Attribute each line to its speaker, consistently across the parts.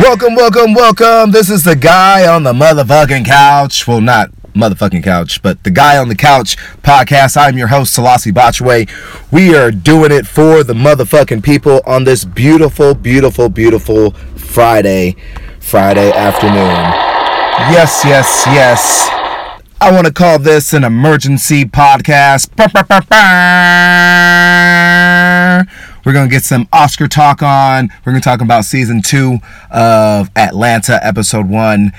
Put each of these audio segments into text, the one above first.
Speaker 1: Welcome, welcome, welcome. This is the guy on the motherfucking couch. Well, not motherfucking couch, but the guy on the couch podcast. I'm your host, Selassie Botchway. We are doing it for the motherfucking people on this beautiful, beautiful, beautiful Friday, Friday afternoon. Yes, yes, yes. I want to call this an emergency podcast. Bah, bah, bah, bah. We're going to get some Oscar talk on. We're going to talk about season two of Atlanta, episode one,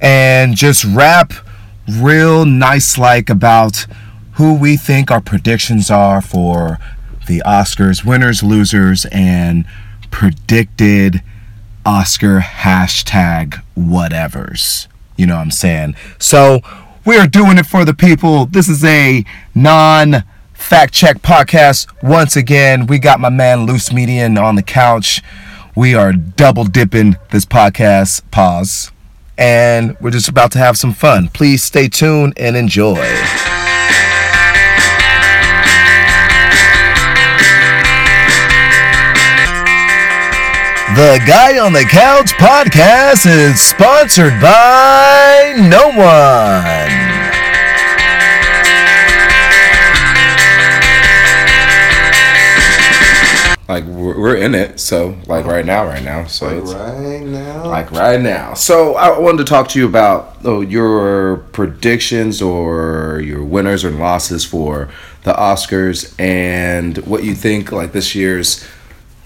Speaker 1: and just rap real nice like about who we think our predictions are for the Oscars, winners, losers, and predicted Oscar hashtag whatevers. You know what I'm saying? So we're doing it for the people. This is a non fact check podcast. Once again, we got my man Loose Median on the couch. We are double dipping this podcast. Pause. And we're just about to have some fun. Please stay tuned and enjoy. The Guy on the Couch podcast is sponsored by no one.
Speaker 2: like we're, we're in it so like right now right now so it's
Speaker 3: Right now.
Speaker 2: like right now so i wanted to talk to you about oh, your predictions or your winners and losses for the oscars and what you think like this year's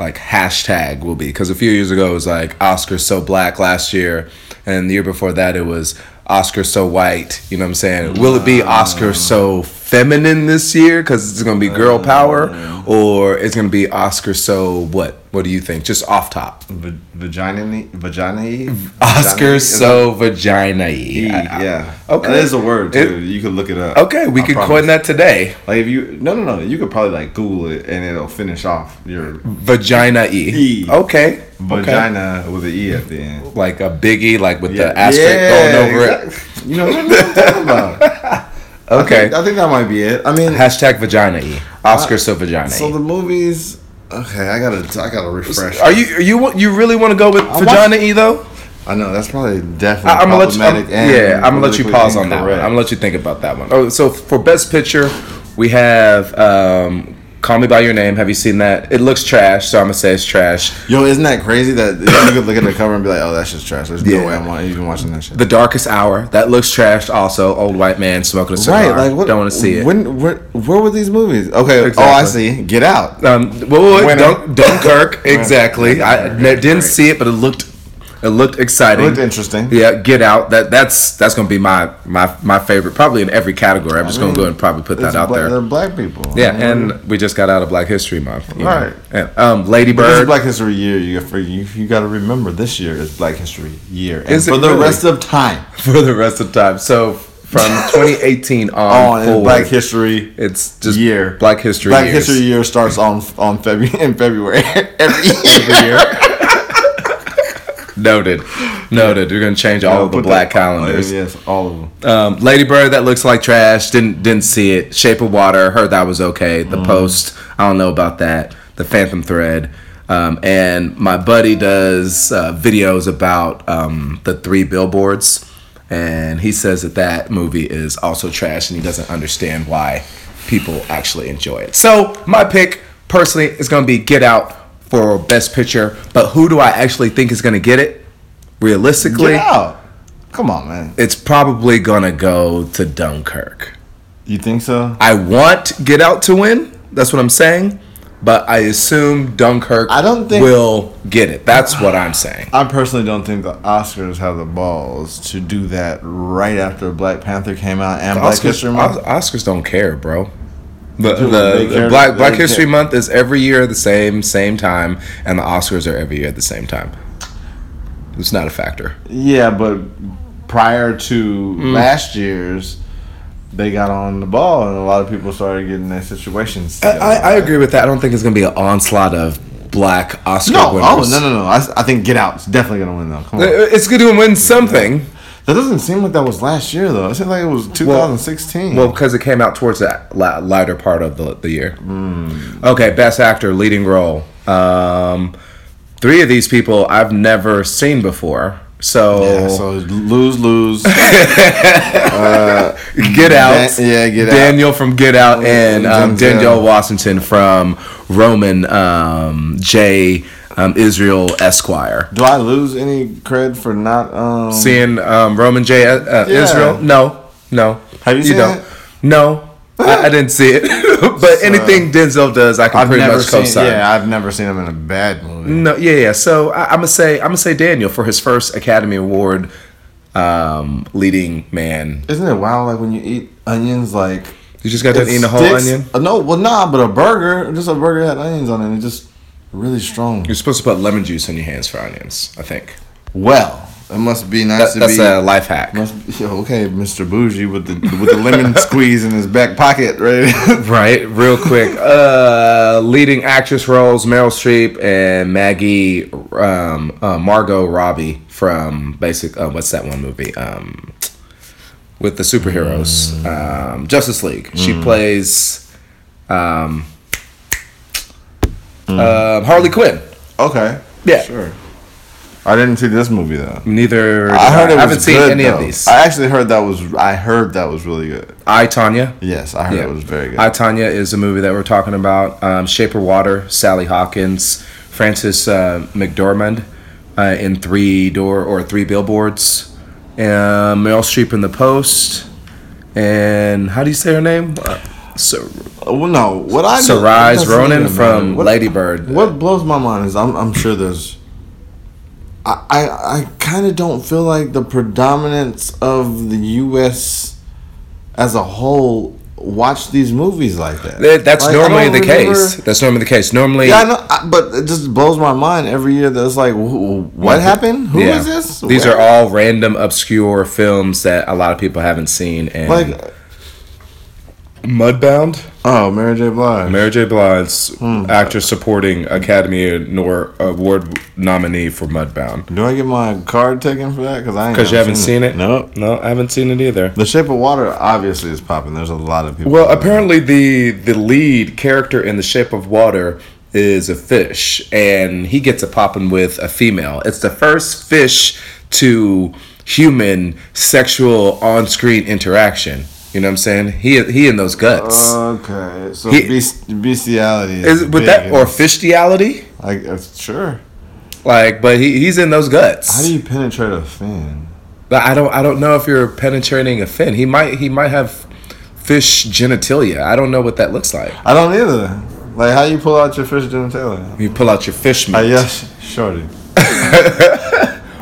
Speaker 2: like hashtag will be because a few years ago it was like oscars so black last year and the year before that it was oscar so white you know what i'm saying will it be oscar so feminine this year because it's gonna be girl power or it's gonna be oscar so what what do you think just off top
Speaker 3: V- vagina. Vagina.
Speaker 2: Oscar so vagina y.
Speaker 3: Yeah.
Speaker 2: Okay.
Speaker 3: Okay. That is a word
Speaker 2: It-
Speaker 3: too. you could look it up.
Speaker 2: Okay, we
Speaker 3: I
Speaker 2: could
Speaker 3: promise.
Speaker 2: coin that today.
Speaker 3: Like if you no no no, you could probably like Google it and it'll finish off your
Speaker 2: Vagina e.
Speaker 3: E.
Speaker 2: Okay. Okay.
Speaker 3: vagina with an e at the end.
Speaker 2: Like a biggie, like with the asterisk going over it.
Speaker 3: exact- You know what I'm talking about. I
Speaker 2: Okay.
Speaker 3: think, I think that might be it. I mean,
Speaker 2: Hashtag vagina e. Oscar so vagina
Speaker 3: Uh, so
Speaker 2: e.
Speaker 3: the movies. Okay, I gotta I gotta refresh.
Speaker 2: Are you are you you really want to go with
Speaker 3: want-
Speaker 2: vagina e though?
Speaker 3: I know that's probably definitely
Speaker 2: I, I'm gonna let you. I'm-
Speaker 3: problematic.
Speaker 2: yeah, I'm gonna let you pause on that. One. I'm
Speaker 3: I'm
Speaker 2: gonna let you think about that one. Oh, so for best picture, we have um, "Call Me by Your Name." Have you seen that? It looks trash, so I'm gonna say it's trash.
Speaker 3: Yo, isn't that crazy that you could look at the cover and be like, "Oh, that shit's trash." There's
Speaker 2: Yeah.
Speaker 3: no way I'm wa- even watching that shit.
Speaker 2: The Darkest Hour. That looks trash. Also, old white man smoking a cigar.
Speaker 3: Right, like what?
Speaker 2: Don't want to see it.
Speaker 3: When, where, where were these movies? Okay,
Speaker 2: Exactly.
Speaker 3: oh, I see. Get out.
Speaker 2: um, wait, wait, wait,
Speaker 3: Winner.
Speaker 2: Dun- Dunkirk. exactly. I
Speaker 3: Dunkirk,
Speaker 2: ne- didn't
Speaker 3: great.
Speaker 2: see it, but it looked it looked exciting.
Speaker 3: It looked interesting.
Speaker 2: Yeah, Get Out. That that's that's gonna be my my my favorite, probably in every category. I'm just gonna
Speaker 3: mean,
Speaker 2: go and probably put that
Speaker 3: Mm. It's
Speaker 2: out
Speaker 3: black, They're
Speaker 2: there.
Speaker 3: black people.
Speaker 2: Yeah, and we just got out of Black History Month. you know.
Speaker 3: Right.
Speaker 2: And, um, Lady
Speaker 3: But this is
Speaker 2: Bird.
Speaker 3: Black History Year. You got for you. You got to remember this year is Black History Year, and
Speaker 2: Is it
Speaker 3: for the
Speaker 2: really?
Speaker 3: rest of time
Speaker 2: for the rest of the time. So from 2018 on,
Speaker 3: on
Speaker 2: forward,
Speaker 3: in Black History
Speaker 2: It's just
Speaker 3: Year.
Speaker 2: Black History.
Speaker 3: Black
Speaker 2: years.
Speaker 3: History Year starts on on February in February every year.
Speaker 2: every year. Noted. Noted. You're gonna change all of the
Speaker 3: Put
Speaker 2: black
Speaker 3: that-
Speaker 2: calendars.
Speaker 3: Oh, Yes, all of them.
Speaker 2: Um, Lady Bird, that looks like trash. Didn't didn't see it. Shape of Water, heard that was okay.
Speaker 3: Mm.
Speaker 2: The Post, I don't know about that. The Phantom Thread, um, and my buddy does uh, videos about um, the three billboards, and he says that that movie is also trash, and he doesn't understand why people actually enjoy it. So my pick, personally, is going to be Get Out for Best Picture. But who do I actually think is going to get it? Realistically,
Speaker 3: Get out. Come on, man.
Speaker 2: it's probably gonna go to Dunkirk.
Speaker 3: You think so?
Speaker 2: I want Get Out to win. That's what I'm saying. But I assume Dunkirk
Speaker 3: I don't think-
Speaker 2: will get it. That's what I'm saying.
Speaker 3: I personally don't think the Oscars have the balls to do that right after Black Panther came out and Black History Month.
Speaker 2: Os- Oscars don't care, bro. The,
Speaker 3: Dude,
Speaker 2: the,
Speaker 3: they
Speaker 2: the
Speaker 3: care-
Speaker 2: Black
Speaker 3: they
Speaker 2: Black
Speaker 3: care.
Speaker 2: History Month is every year at the same same time, and the Oscars are every year at the same time. It's not a factor.
Speaker 3: Yeah, but prior to
Speaker 2: Mm.
Speaker 3: last year's, they got on the ball, and a lot of people started getting their situations.
Speaker 2: I,
Speaker 3: together.
Speaker 2: I, I agree with that. I don't think it's gonna be an onslaught of black Oscar
Speaker 3: No, oh
Speaker 2: winners.
Speaker 3: no, no, no! I, s- I think Get Out's definitely gonna win though. Come on,
Speaker 2: Uh, It's gonna win something.
Speaker 3: that doesn't seem like that was last year though. It seemed like it was 2016.
Speaker 2: Well, because it came out towards the la- latter
Speaker 3: Hmm.
Speaker 2: part of the, the year. Okay, best actor, leading role. Um, three of these people I've never seen before. So,
Speaker 3: Yeah, so it's lose lose.
Speaker 2: Get Out.
Speaker 3: Dan- yeah, Get Out. Mm,
Speaker 2: Daniel from Get Out and um,
Speaker 3: Denzel.
Speaker 2: Danielle Washington from Roman um, J. Um, Israel Esquire.
Speaker 3: Do I lose any cred for not um
Speaker 2: seeing um, Roman J. Uh, uh,
Speaker 3: Yeah.
Speaker 2: Israel. No, no.
Speaker 3: Have you seen
Speaker 2: don't.
Speaker 3: it?
Speaker 2: No, I, I didn't see it. but anything Denzel does, I can
Speaker 3: I've
Speaker 2: pretty
Speaker 3: never
Speaker 2: much
Speaker 3: seen
Speaker 2: co-sign.
Speaker 3: Yeah, I've never seen him in a bad movie.
Speaker 2: No, yeah, yeah. So I, I'm gonna say I'm gonna say Daniel for his first Academy Award um, leading man.
Speaker 3: Isn't it wild like when you eat onions like
Speaker 2: You just got
Speaker 3: it
Speaker 2: done eating a whole
Speaker 3: sticks-
Speaker 2: onion.
Speaker 3: Uh, no, well nah, but a burger, just a burger had onions on it, it just really strong.
Speaker 2: You're supposed to put lemon juice in your hands for onions. I think
Speaker 3: Well, it must be nice
Speaker 2: that, that's
Speaker 3: to be
Speaker 2: a life hack.
Speaker 3: Must be, okay, Mr. Bougie with the with the lemon squeeze in his back pocket, right?
Speaker 2: Right, real quick. Uh, leading actress roles: Meryl Streep and Maggie um, uh, Margot Robbie from Basic. Uh, what's that one movie? Um, with the superheroes,
Speaker 3: Mm.
Speaker 2: um, Justice League. She plays um,
Speaker 3: Mm.
Speaker 2: uh, Harley Quinn.
Speaker 3: okay.
Speaker 2: Yeah.
Speaker 3: Sure. I didn't see this movie though.
Speaker 2: Neither.
Speaker 3: I heard it was
Speaker 2: I haven't seen
Speaker 3: good,
Speaker 2: any of
Speaker 3: though.
Speaker 2: these. I,
Speaker 3: I actually heard that was I heard that was really good.
Speaker 2: Tanya.
Speaker 3: Yes, I heard
Speaker 2: Yeah.
Speaker 3: it was very good.
Speaker 2: I Tanya is a movie that we're talking about. Um, Shape of Water, Sally Hawkins, Francis uh, McDormand uh, in Three Door or Three Billboards, and Meryl Streep in The Post, and how do you say her name? Uh, so
Speaker 3: well, no, what I
Speaker 2: Sarai
Speaker 3: that's
Speaker 2: Ronan
Speaker 3: even
Speaker 2: from
Speaker 3: better. What-
Speaker 2: Lady Bird.
Speaker 3: What blows my mind is I'm I'm sure there's. I I, I kind of don't feel like the predominance of the U.S. as a whole watch these movies like that.
Speaker 2: That- That's
Speaker 3: Like, I
Speaker 2: normally
Speaker 3: don't
Speaker 2: the case.
Speaker 3: remember-
Speaker 2: That's normally the case. Normally,
Speaker 3: Yeah, I know, I, but it just blows my mind every year. That's like, wh- wh- what happened? Who is
Speaker 2: yeah.
Speaker 3: this?
Speaker 2: These
Speaker 3: Where-
Speaker 2: are all random, obscure films that a lot of people haven't seen. And
Speaker 3: like,
Speaker 2: Mudbound.
Speaker 3: oh, Mary J. Blige.
Speaker 2: Mary J. Blige's
Speaker 3: Hmm.
Speaker 2: actress supporting Academy Nor- Award nominee for Mudbound.
Speaker 3: Do I get my card taken for that? Because I ain't
Speaker 2: Because you
Speaker 3: never
Speaker 2: haven't seen it?
Speaker 3: Nope.
Speaker 2: No, I haven't seen it either.
Speaker 3: The Shape of Water obviously is popping. There's a lot of people.
Speaker 2: Well, apparently the the lead character in The Shape of Water is a fish, and he gets a poppin' with a female. It's the first fish to human sexual on screen interaction. You know what I'm saying? He he in those guts.
Speaker 3: Uh, Okay, so
Speaker 2: He-
Speaker 3: bes- bestiality is,
Speaker 2: is with
Speaker 3: big
Speaker 2: that
Speaker 3: in
Speaker 2: or
Speaker 3: this.
Speaker 2: fishtiality?
Speaker 3: like uh, sure.
Speaker 2: Like, but he, he's in those guts.
Speaker 3: How do you penetrate a fin?
Speaker 2: But I don't I don't know if you're penetrating a fin. He might he might have fish genitalia. I don't know what that looks like.
Speaker 3: I don't either. Like how you pull out your fish genitalia?
Speaker 2: You pull out your fish meat.
Speaker 3: Uh, yes, shorty.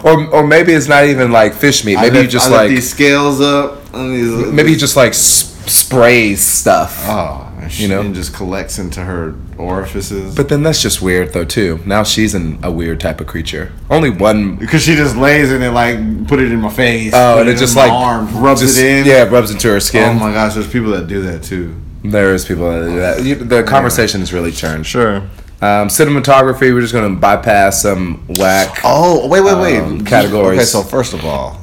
Speaker 2: Or or maybe it's not even like fish meat. Maybe
Speaker 3: I
Speaker 2: you
Speaker 3: lift-
Speaker 2: just
Speaker 3: I lift
Speaker 2: like
Speaker 3: these scales up and these.
Speaker 2: maybe you just like s- sprays stuff.
Speaker 3: Oh, and she
Speaker 2: You know?
Speaker 3: and just collects into her orifices.
Speaker 2: But then that's just weird though too. Now she's an, a weird type of creature. Only one
Speaker 3: because she just lays in it, like put it in my face.
Speaker 2: Oh,
Speaker 3: put
Speaker 2: and it
Speaker 3: in
Speaker 2: just
Speaker 3: my
Speaker 2: like
Speaker 3: arms, rubs
Speaker 2: just-
Speaker 3: it in.
Speaker 2: Yeah, rubs into her
Speaker 3: Oh
Speaker 2: skin.
Speaker 3: my gosh, there's people that do that too.
Speaker 2: there is people that do that. You, the conversation is really turned.
Speaker 3: Sure.
Speaker 2: Um, cinematography, we're just gonna bypass some whack.
Speaker 3: Oh, wait, wait, wait.
Speaker 2: Um, categories.
Speaker 3: Okay, so first of all,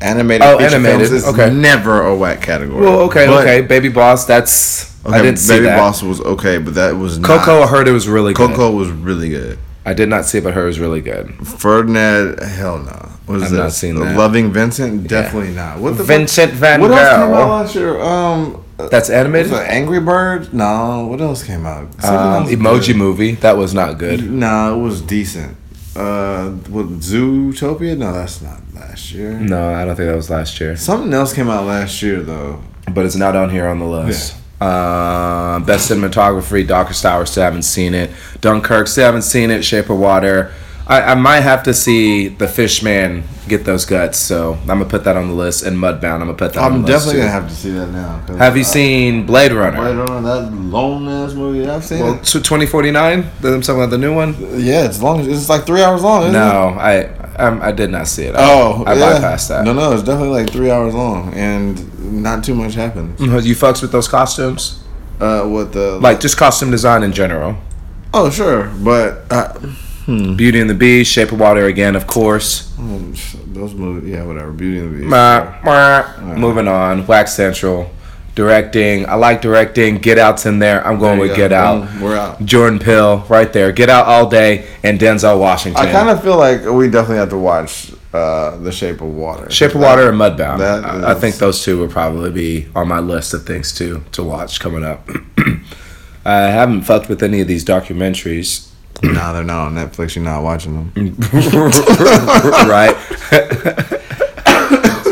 Speaker 3: animated
Speaker 2: Oh,
Speaker 3: feature
Speaker 2: animated,
Speaker 3: films is
Speaker 2: okay.
Speaker 3: never a whack category.
Speaker 2: Well, okay,
Speaker 3: But-
Speaker 2: okay. Baby Boss, that's
Speaker 3: Okay,
Speaker 2: I didn't see
Speaker 3: Baby
Speaker 2: that.
Speaker 3: Boss was okay, but that was
Speaker 2: Coco, I
Speaker 3: Not,
Speaker 2: heard it was really good.
Speaker 3: Coco was really good.
Speaker 2: I did not see it, but her was really good.
Speaker 3: Ferdinand, hell no. What is
Speaker 2: I've
Speaker 3: this?
Speaker 2: not seen that.
Speaker 3: Loving Vincent, definitely not. What the fuck-
Speaker 2: Vincent Van
Speaker 3: What else came out
Speaker 2: Gogh.
Speaker 3: last year? Um, uh,
Speaker 2: That's
Speaker 3: was
Speaker 2: animated.
Speaker 3: it Angry Bird? No. What else came out? Something
Speaker 2: Um,
Speaker 3: else good. Mm-hmm.
Speaker 2: emoji movie. That was not good.
Speaker 3: No, it was decent. Uh, what Zootopia? No, that's not last year.
Speaker 2: No, I don't think that was last year.
Speaker 3: Something else came out last year though.
Speaker 2: But it's not on here on the list. Uh, best cinematography, Doctor Star. Still haven't seen it. Dunkirk. Still haven't seen it. Shape of Water. I, I might have to see The Fishman get those guts. So I'm gonna put that on the list. And Mudbound. I'm gonna put that. on
Speaker 3: I'm
Speaker 2: the list
Speaker 3: definitely
Speaker 2: too.
Speaker 3: gonna have to see that now. 'cause
Speaker 2: Have you
Speaker 3: I-
Speaker 2: seen Blade Runner?
Speaker 3: Blade Runner? That long ass movie. I've seen
Speaker 2: Well,
Speaker 3: it.
Speaker 2: t- 2049. I'm talking about the new one.
Speaker 3: Yeah, it's long. It's like three hours long. Isn't It?
Speaker 2: No, I um, I did not see it. I-
Speaker 3: Oh,
Speaker 2: I
Speaker 3: yeah.
Speaker 2: bypassed that.
Speaker 3: No, no, it's definitely like three hours long, and not too much happens.
Speaker 2: Uh-huh. You fucks with those costumes,
Speaker 3: Uh, what the?
Speaker 2: like just costume design in general.
Speaker 3: oh, sure, but uh,
Speaker 2: Beauty and the Beast, Shape of Water again, of course.
Speaker 3: um, those movies. Yeah, whatever. Beauty and the Beast.
Speaker 2: Mwah, mwah. Moving on, Mm-hmm. Wax Central. directing. I like directing. Get Out's in there. Mm. I'm going
Speaker 3: There
Speaker 2: with
Speaker 3: you go.
Speaker 2: Get Out.
Speaker 3: Boom, we're out.
Speaker 2: Jordan Pill, right there. Get Out all day and Denzel Washington.
Speaker 3: I kind of feel like we definitely have to watch uh, The Shape of Water.
Speaker 2: Shape of Water and Mudbound.
Speaker 3: That
Speaker 2: I, I
Speaker 3: is-
Speaker 2: think those two would probably be on my list of things to to watch coming up. I haven't fucked with any of these documentaries,
Speaker 3: No, they're not on Netflix. You're not watching them.
Speaker 2: right?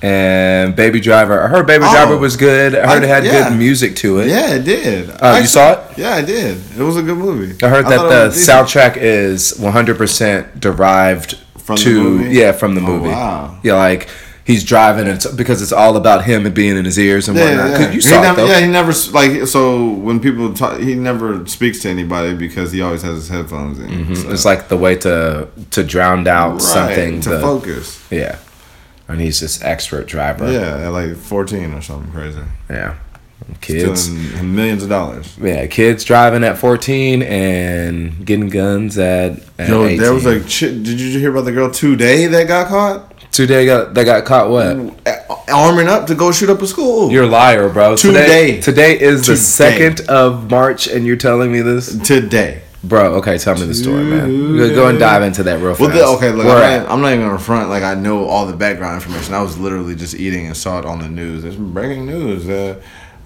Speaker 2: and Baby Driver. I heard Baby
Speaker 3: Oh.
Speaker 2: Driver was good. I heard
Speaker 3: I-
Speaker 2: it had
Speaker 3: yeah.
Speaker 2: good music to it.
Speaker 3: Yeah, it did.
Speaker 2: Oh, you saw it?
Speaker 3: Yeah, I did. It was a good movie.
Speaker 2: I heard
Speaker 3: thought
Speaker 2: that
Speaker 3: it
Speaker 2: the
Speaker 3: was decent.
Speaker 2: soundtrack is 100% derived
Speaker 3: From the
Speaker 2: to
Speaker 3: movie? Oh,
Speaker 2: yeah from the movie.
Speaker 3: wow.
Speaker 2: Yeah, like he's driving and it's, because it's all about him and being in his ears and whatnot. 'Cause You
Speaker 3: He
Speaker 2: saw it
Speaker 3: never,
Speaker 2: though.
Speaker 3: yeah, he never s- like so when people talk, he never speaks to anybody because he always has his headphones in. So-
Speaker 2: It's like the way to to drown out
Speaker 3: Right,
Speaker 2: something.
Speaker 3: to
Speaker 2: the-
Speaker 3: focus.
Speaker 2: yeah, and he's this expert driver.
Speaker 3: Yeah, at like fourteen or something crazy,
Speaker 2: yeah. Kids,
Speaker 3: Doing millions of dollars.
Speaker 2: yeah, kids driving at fourteen and getting guns at, at
Speaker 3: Yo,
Speaker 2: 18.
Speaker 3: there was a chick. Did you hear about the girl today that got caught
Speaker 2: today got they got caught. What?
Speaker 3: A- arming up to go shoot up a school?
Speaker 2: You're a liar, bro.
Speaker 3: Today.
Speaker 2: today, today is the
Speaker 3: Today.
Speaker 2: second of March, and you're telling me this,
Speaker 3: today.
Speaker 2: bro. Okay, tell me the story, man. Go, go and dive into that real fast.
Speaker 3: Well, the, okay, look,
Speaker 2: Where
Speaker 3: I'm
Speaker 2: at?
Speaker 3: not, I'm not even gonna front. Like, I know all the background information. I was literally just eating and saw it on the news. It's breaking news. Uh,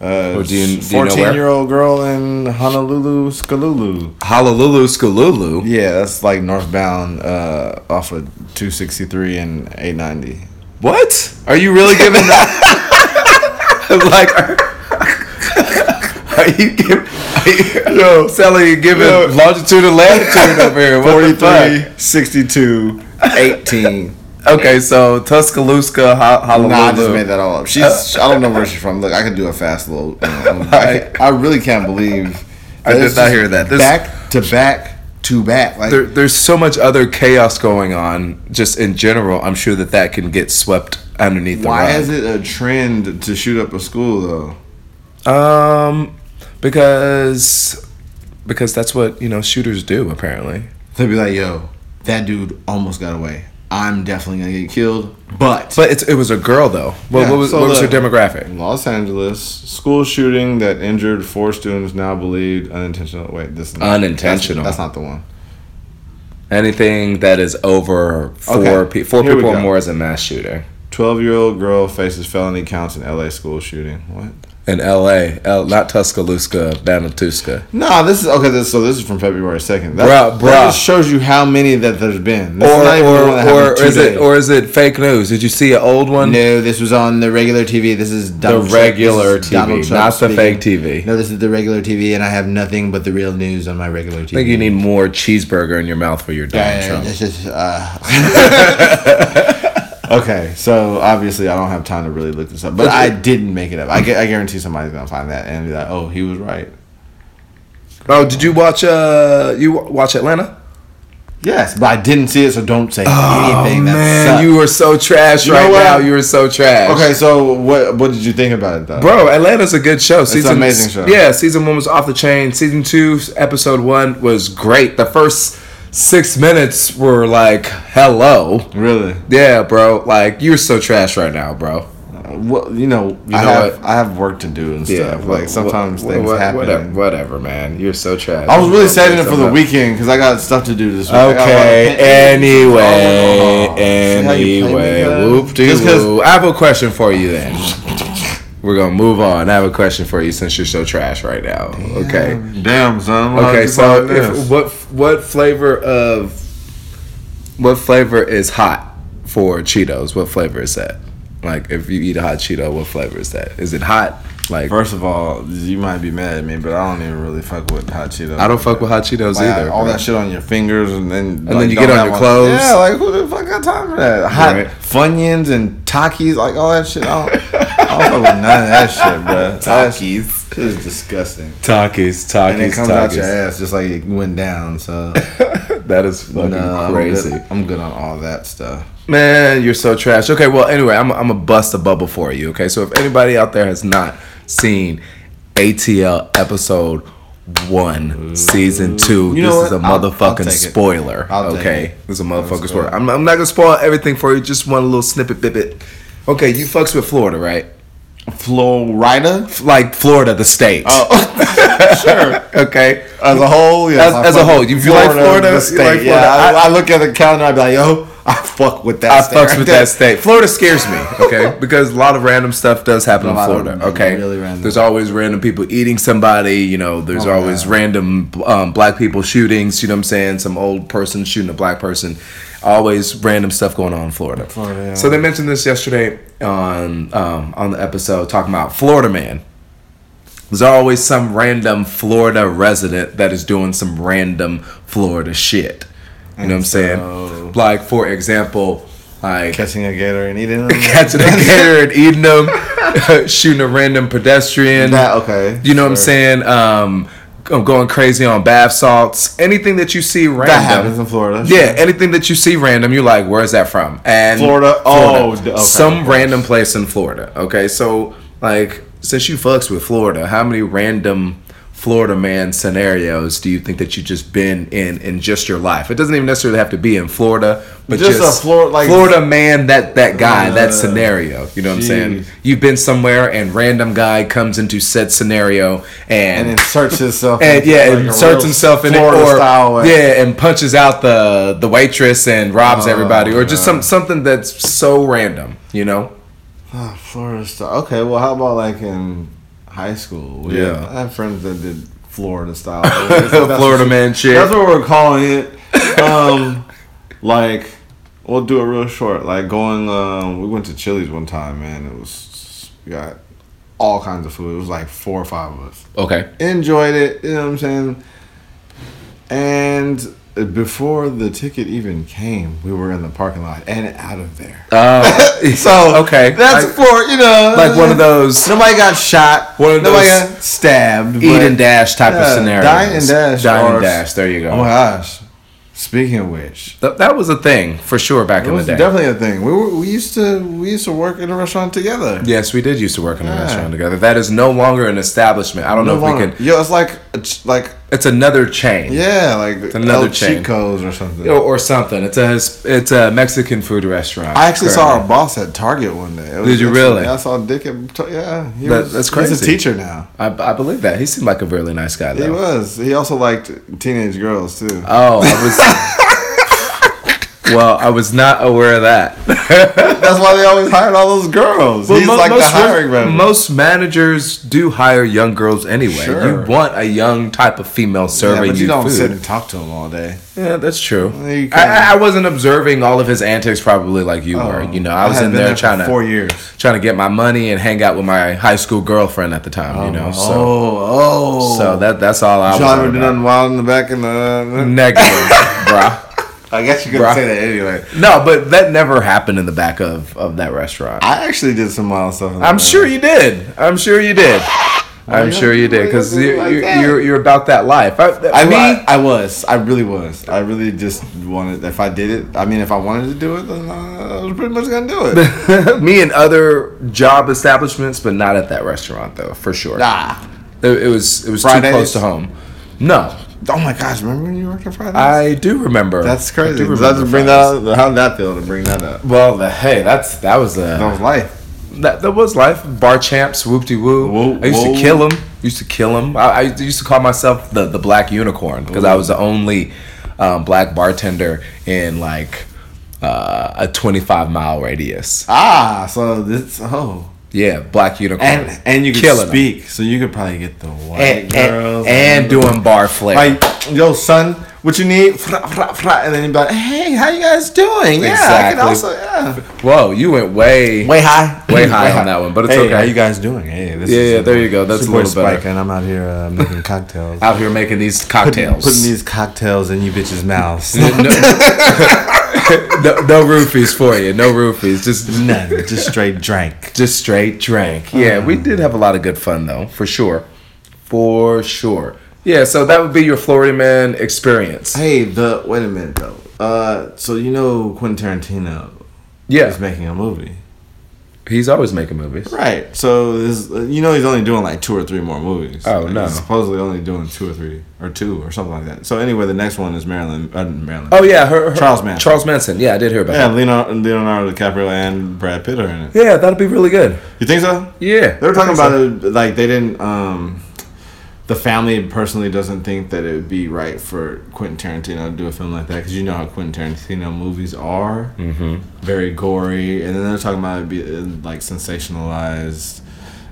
Speaker 3: uh,
Speaker 2: Well, do you- do you know where?
Speaker 3: 14 year old girl in Honolulu, Skalulu.
Speaker 2: Honolulu, Skalulu.
Speaker 3: Yeah, that's like northbound uh, off of 263 and 890.
Speaker 2: What? Are you really giving that? like, are, are you giving? Are you, yo, Sally, you giving
Speaker 3: yo.
Speaker 2: longitude and latitude over here? What the fuck?
Speaker 3: 43, 62, 18.
Speaker 2: Okay, so Tuscaloosa, Ho- Honolulu.
Speaker 3: Nah, I just made that all up. She's I don't know where she's from. Look, I could do a fast little. um, I, can't- I really can't believe.
Speaker 2: I did
Speaker 3: It's
Speaker 2: not
Speaker 3: just
Speaker 2: hear that. This-
Speaker 3: back to back to back. Like
Speaker 2: There, there's so much other chaos going on, just in general. I'm sure that that can get swept underneath the
Speaker 3: Why
Speaker 2: rug.
Speaker 3: is it a trend to shoot up a school though?
Speaker 2: Um, because because that's what you know shooters do apparently.
Speaker 3: They'd be like, "Yo, that dude almost got away. I'm definitely gonna get killed." But
Speaker 2: But it's, it was a girl though. What,
Speaker 3: Yeah,
Speaker 2: what was
Speaker 3: so
Speaker 2: what was her
Speaker 3: look-
Speaker 2: demographic?
Speaker 3: Los Angeles school shooting that injured four students now believed unintentional. Wait, this is not,
Speaker 2: Unintentional.
Speaker 3: That's, that's not the one.
Speaker 2: Anything that is over four
Speaker 3: Okay,
Speaker 2: pe- four
Speaker 3: here we
Speaker 2: people or
Speaker 3: go.
Speaker 2: more is a mass shooter.
Speaker 3: Twelve-year-old girl faces felony counts in L.A. school shooting. What?
Speaker 2: In L.A., L- not Tuscaloosa, Banatuska.
Speaker 3: No, this is okay. This so this is from February second. That,
Speaker 2: Bruh,
Speaker 3: that
Speaker 2: bruh.
Speaker 3: just shows you how many that there's been.
Speaker 2: Or
Speaker 3: This is not even the one that
Speaker 2: or,
Speaker 3: happened
Speaker 2: or is
Speaker 3: today.
Speaker 2: it or is it fake news? Did you see an old one?
Speaker 3: no? This was on the regular TV. This is
Speaker 2: The
Speaker 3: Donald Trump-
Speaker 2: regular
Speaker 3: this is Donald
Speaker 2: TV,
Speaker 3: Trump
Speaker 2: not the
Speaker 3: speaking.
Speaker 2: fake TV. I
Speaker 3: No, this is the regular TV, and I have nothing but the real news on my regular TV.
Speaker 2: think you need more cheeseburger in your mouth for your Donald
Speaker 3: Yeah,
Speaker 2: Trump.
Speaker 3: this is, uh, okay, so obviously I don't have time to really look this up, but I didn't make it up. I, gu- I guarantee somebody's gonna find that and be like, "Oh, he was right."
Speaker 2: Oh, did you watch uh you wa- watch Atlanta?
Speaker 3: Yes, but I didn't see it, so don't say anything. that sucks.
Speaker 2: Oh, you were so trash
Speaker 3: Oh, know
Speaker 2: right
Speaker 3: what?
Speaker 2: now. You were so trash.
Speaker 3: Okay, so what what did you think about it though?
Speaker 2: Bro, Atlanta's a good show. Season,
Speaker 3: an amazing show.
Speaker 2: Yeah, season one was off the chain. Season two, episode one was great. The first six minutes were like, hello.
Speaker 3: Really?
Speaker 2: Yeah, bro. Like, you're so trash right now, bro.
Speaker 3: Uh, well, you know, I
Speaker 2: know
Speaker 3: have
Speaker 2: what?
Speaker 3: I have work to do and stuff.
Speaker 2: wha-
Speaker 3: like sometimes
Speaker 2: wha-
Speaker 3: things
Speaker 2: wha-
Speaker 3: happen.
Speaker 2: Whatever, whatever, man. You're so trash.
Speaker 3: I was really
Speaker 2: Don't
Speaker 3: saving
Speaker 2: say
Speaker 3: it for the
Speaker 2: something.
Speaker 3: weekend because I got stuff to do this week. I got a lot of
Speaker 2: Okay.
Speaker 3: painting.
Speaker 2: Anyway,
Speaker 3: Oh, see how you play me,
Speaker 2: anyway,
Speaker 3: guys?
Speaker 2: whoop de
Speaker 3: Just 'cause-
Speaker 2: woo. I have a question for you then. We're gonna move on. I have a question for you since you're so trash right now. Okay.
Speaker 3: Damn, son. why
Speaker 2: Okay,
Speaker 3: you
Speaker 2: so
Speaker 3: buying this?
Speaker 2: if, what what flavor of what flavor is hot for Cheetos? What flavor is that? Like, if you eat a hot Cheeto, what flavor is that? Is it hot? Like,
Speaker 3: First of all, you might be mad at me, but I don't even really fuck with hot Cheetos.
Speaker 2: I don't fuck with hot Cheetos
Speaker 3: Like,
Speaker 2: either.
Speaker 3: all
Speaker 2: bro.
Speaker 3: that shit on your fingers, and then and
Speaker 2: then you get on your clothes.
Speaker 3: Yeah, like who the fuck got time for that? Hot
Speaker 2: Right.
Speaker 3: funyuns and takis, like all that shit. I don't, I don't fuck with none of that shit, bro. Takis, this is disgusting.
Speaker 2: Takis, Takis,
Speaker 3: And it comes out your
Speaker 2: Takis.
Speaker 3: ass just like it went down. So
Speaker 2: That is fucking
Speaker 3: no, I'm
Speaker 2: crazy.
Speaker 3: good- I'm good on all that stuff.
Speaker 2: Man, you're so trash. Okay, well, anyway, I'm I'm a bust a bubble for you. Okay, so if anybody out there has not seen ATL episode one, season two,
Speaker 3: You
Speaker 2: this
Speaker 3: know
Speaker 2: is a
Speaker 3: what? I'll- I'll
Speaker 2: motherfucking
Speaker 3: take it.
Speaker 2: spoiler.
Speaker 3: I'll take
Speaker 2: okay,
Speaker 3: it.
Speaker 2: this is a
Speaker 3: Let's
Speaker 2: motherfucking
Speaker 3: go.
Speaker 2: spoiler. I'm, I'm not gonna spoil everything for you. Just one little snippet, bibbit. Okay, you fucks with Florida, right?
Speaker 3: Florida.
Speaker 2: like Florida, the state.
Speaker 3: Oh, sure.
Speaker 2: okay.
Speaker 3: As a whole, yeah.
Speaker 2: As- as a whole, you- you like Florida, you
Speaker 3: the
Speaker 2: like
Speaker 3: state.
Speaker 2: Florida.
Speaker 3: Yeah, I,
Speaker 2: I-
Speaker 3: I look at the calendar, I'd be like, yo, I fuck with that.
Speaker 2: I
Speaker 3: state
Speaker 2: fucks
Speaker 3: right
Speaker 2: with
Speaker 3: there.
Speaker 2: that state. Florida scares me, okay? Because a lot of random stuff does happen
Speaker 3: A
Speaker 2: in
Speaker 3: lot of
Speaker 2: Florida, okay?
Speaker 3: really random.
Speaker 2: There's always random people eating somebody, you know, there's
Speaker 3: Oh,
Speaker 2: always random um, black people shootings, you know what I'm saying? Some old person shooting a black person. Always random stuff going on in Florida.
Speaker 3: Florida, yeah.
Speaker 2: So they mentioned this yesterday on um, on the episode talking about Florida man. There's always some random Florida resident that is doing some random Florida shit. You know what I'm saying? Like for example, like
Speaker 3: Catching a gator and eating them.
Speaker 2: catching a gator and eating them, shooting a random pedestrian.
Speaker 3: that, okay.
Speaker 2: you know what I'm
Speaker 3: Sure.
Speaker 2: saying? Um, I'm going crazy on bath salts. Anything that you see random.
Speaker 3: That happens in Florida.
Speaker 2: Yeah, anything that you see random, you're like, where's that from? And
Speaker 3: Florida? Oh, d- okay, of
Speaker 2: some
Speaker 3: course.
Speaker 2: random place in Florida. Okay, so like since you fucks with Florida, how many random Florida man scenarios do you think that you just been in in just your life? It doesn't even necessarily have to be in Florida, but just,
Speaker 3: Just a Flor- like-
Speaker 2: Florida man that that guy that
Speaker 3: Uh,
Speaker 2: scenario. You know what I'm saying?
Speaker 3: jeez.
Speaker 2: You've been somewhere and random guy comes into said scenario and.
Speaker 3: And inserts himself.
Speaker 2: and
Speaker 3: into,
Speaker 2: yeah,
Speaker 3: like, a
Speaker 2: inserts
Speaker 3: real
Speaker 2: himself in
Speaker 3: Florida
Speaker 2: it, or
Speaker 3: style way.
Speaker 2: yeah, and punches out the the waitress and robs
Speaker 3: Oh,
Speaker 2: everybody, or just some something that's so random, you know?
Speaker 3: Ah, Florida style. Okay, well, how about like in high school? We-
Speaker 2: Yeah.
Speaker 3: I had friends that did Florida style.
Speaker 2: Florida man shit.
Speaker 3: That's what we're calling it. Um, like, we'll do it real short. Like going, um, we went to Chili's one time, man. It was we got all kinds of food. It was like four or five of us.
Speaker 2: Okay.
Speaker 3: Enjoyed it. You know what I'm saying? And before the ticket even came, we were in the parking lot and out of there.
Speaker 2: Uh,
Speaker 3: So
Speaker 2: okay,
Speaker 3: that's
Speaker 2: Like-
Speaker 3: for you know,
Speaker 2: like one of those
Speaker 3: Nobody got shot.
Speaker 2: One of
Speaker 3: nobody
Speaker 2: those
Speaker 3: got stabbed.
Speaker 2: eat
Speaker 3: but-
Speaker 2: and dash type of
Speaker 3: Yeah,
Speaker 2: scenario.
Speaker 3: dine and dash
Speaker 2: Dine
Speaker 3: or-
Speaker 2: and dash. There you go.
Speaker 3: Oh my gosh. Speaking of which,
Speaker 2: Th- that was a thing for sure back
Speaker 3: it
Speaker 2: in the
Speaker 3: was
Speaker 2: day.
Speaker 3: definitely a thing. We were, we used to we used to work in a restaurant together.
Speaker 2: Yes, we did used to work in a
Speaker 3: Yeah.
Speaker 2: restaurant together. That is no longer an establishment. I don't know if
Speaker 3: longer.
Speaker 2: we can.
Speaker 3: Yo, it's like it's like
Speaker 2: It's another chain.
Speaker 3: yeah, like it's
Speaker 2: another
Speaker 3: El
Speaker 2: chain.
Speaker 3: Chico's or something.
Speaker 2: Or, or something. It's a it's a Mexican food restaurant.
Speaker 3: I actually saw
Speaker 2: currently.
Speaker 3: our boss at Target one day. It was-
Speaker 2: Did you really?
Speaker 3: I saw Dick at Tar- yeah. He
Speaker 2: That- that's
Speaker 3: He's
Speaker 2: crazy.
Speaker 3: a teacher now.
Speaker 2: I, I believe that he seemed like a really nice guy though.
Speaker 3: He was. He also liked teenage girls too.
Speaker 2: Oh, I was. well, I was not aware of that.
Speaker 3: That's why they always hired all those girls. He's
Speaker 2: mo-
Speaker 3: like the
Speaker 2: most-
Speaker 3: hiring manager.
Speaker 2: Most managers do hire young girls anyway.
Speaker 3: Sure.
Speaker 2: You want a young type of female
Speaker 3: yeah,
Speaker 2: serving
Speaker 3: but
Speaker 2: you,
Speaker 3: you don't
Speaker 2: food.
Speaker 3: sit and talk to them all day.
Speaker 2: Yeah, that's true.
Speaker 3: You
Speaker 2: I,
Speaker 3: can-
Speaker 2: I- I wasn't observing all of his antics probably like you were. You know, I was
Speaker 3: Oh. had
Speaker 2: in
Speaker 3: been
Speaker 2: there,
Speaker 3: for
Speaker 2: trying to
Speaker 3: four years.
Speaker 2: trying to get my money and hang out with my high school girlfriend at the time. you know, so
Speaker 3: oh, oh.
Speaker 2: so that that's all I was.
Speaker 3: John ever
Speaker 2: on
Speaker 3: did
Speaker 2: about.
Speaker 3: nothing wild in the back in the.
Speaker 2: Negative, bruh.
Speaker 3: I guess you
Speaker 2: Bruh.
Speaker 3: couldn't say that anyway.
Speaker 2: No, but that never happened in the back of, of that restaurant.
Speaker 3: I actually did some wild stuff. in the
Speaker 2: I'm
Speaker 3: back.
Speaker 2: sure you did. I'm sure you did. I'm
Speaker 3: yeah.
Speaker 2: sure you did because
Speaker 3: Why you
Speaker 2: you're,
Speaker 3: gotta do it like
Speaker 2: you're,
Speaker 3: that?
Speaker 2: you're, you're about that life. I,
Speaker 3: I,
Speaker 2: me,
Speaker 3: I, I was. I really was. I really just wanted. If I did it, I mean, if I wanted to do it, then uh, I was pretty much gonna do it.
Speaker 2: me and other job establishments, but not at that restaurant though, for sure.
Speaker 3: nah.
Speaker 2: It, it was it was
Speaker 3: Fridays?
Speaker 2: too close to home. No,
Speaker 3: Oh my gosh! Remember when you worked on Fridays?
Speaker 2: I do remember.
Speaker 3: That's
Speaker 2: I
Speaker 3: crazy.
Speaker 2: do
Speaker 3: Let's
Speaker 2: remember
Speaker 3: bring
Speaker 2: Fridays.
Speaker 3: that up. How did that feel to bring that up?
Speaker 2: Well, the, hey, that's that was
Speaker 3: That
Speaker 2: a
Speaker 3: was life.
Speaker 2: that, that was life. Bar champs, whoop de woo.
Speaker 3: Whoa,
Speaker 2: I used to
Speaker 3: whoa.
Speaker 2: kill him. Used to kill him. I, I used to call myself the the black unicorn because I was the only um, black bartender in like uh, a twenty five mile radius.
Speaker 3: Ah, so this oh,
Speaker 2: Yeah, black unicorn.
Speaker 3: and and you could
Speaker 2: Killing 'em.
Speaker 3: speak, so you could probably get the white
Speaker 2: and,
Speaker 3: girls
Speaker 2: and, and doing bar flair.
Speaker 3: like, yo, son, what you need? Fra, fra, fra, and then you'd be like, hey, how you guys doing? Yeah, I
Speaker 2: Exactly.
Speaker 3: can also yeah.
Speaker 2: Whoa, you went way.
Speaker 3: Way high,
Speaker 2: Way high on that one, but it's
Speaker 3: Hey,
Speaker 2: okay.
Speaker 3: How you guys doing? Hey, this
Speaker 2: Yeah,
Speaker 3: is
Speaker 2: yeah, there you go. That's a
Speaker 3: your boy
Speaker 2: little better.
Speaker 3: Spike, and I'm out here uh, making cocktails.
Speaker 2: out here making these cocktails.
Speaker 3: Putting these cocktails in you bitches' mouths.
Speaker 2: no, no, no roofies for you. No roofies. Just
Speaker 3: None, just straight drank.
Speaker 2: just straight drank. Yeah,
Speaker 3: Um,
Speaker 2: we did have a lot of good fun though, for sure, for sure. Yeah, so that would be your Florida man experience.
Speaker 3: Hey, the wait a minute though. Uh, so you know Quentin Tarantino
Speaker 2: Yeah,
Speaker 3: is making a movie.
Speaker 2: He's always making movies.
Speaker 3: Right. So this, you know he's only doing like two or three more movies.
Speaker 2: Oh,
Speaker 3: Like,
Speaker 2: no.
Speaker 3: He's supposedly only doing two or three or two or something like that. So anyway, the next one is Marilyn. Uh, Marilyn.
Speaker 2: Oh yeah, her, her-
Speaker 3: Charles Manson.
Speaker 2: Charles Manson. Yeah, I did hear about.
Speaker 3: Yeah,
Speaker 2: that.
Speaker 3: Leonardo, Leonardo DiCaprio and Brad Pitt are in it.
Speaker 2: Yeah, that'll be really good.
Speaker 3: You think so?
Speaker 2: Yeah,
Speaker 3: They were talking
Speaker 2: I think so.
Speaker 3: about it like they didn't. um The family personally doesn't think that it would be right for Quentin Tarantino to do a film like that because you know how Quentin Tarantino movies are mm-hmm. very gory, and then they're talking about it be uh, like sensationalized.